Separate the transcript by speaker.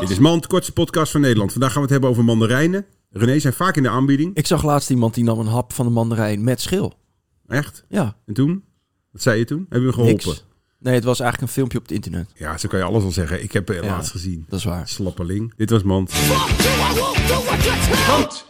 Speaker 1: Dit is Mand, kortste podcast van Nederland. Vandaag gaan we het hebben over mandarijnen. René zijn vaak in de aanbieding.
Speaker 2: Ik zag laatst iemand die nam een hap van de mandarijn met schil.
Speaker 1: Echt?
Speaker 2: Ja,
Speaker 1: En toen? Wat zei je toen? Hebben we hem geholpen?
Speaker 2: niks. Nee, het was eigenlijk een filmpje op het internet.
Speaker 1: Ja, zo kan je alles al zeggen. Ik heb het laatst gezien.
Speaker 2: Dat is waar.
Speaker 1: Slappeling. Dit was Mand.
Speaker 3: Fuck do I want to what you tell?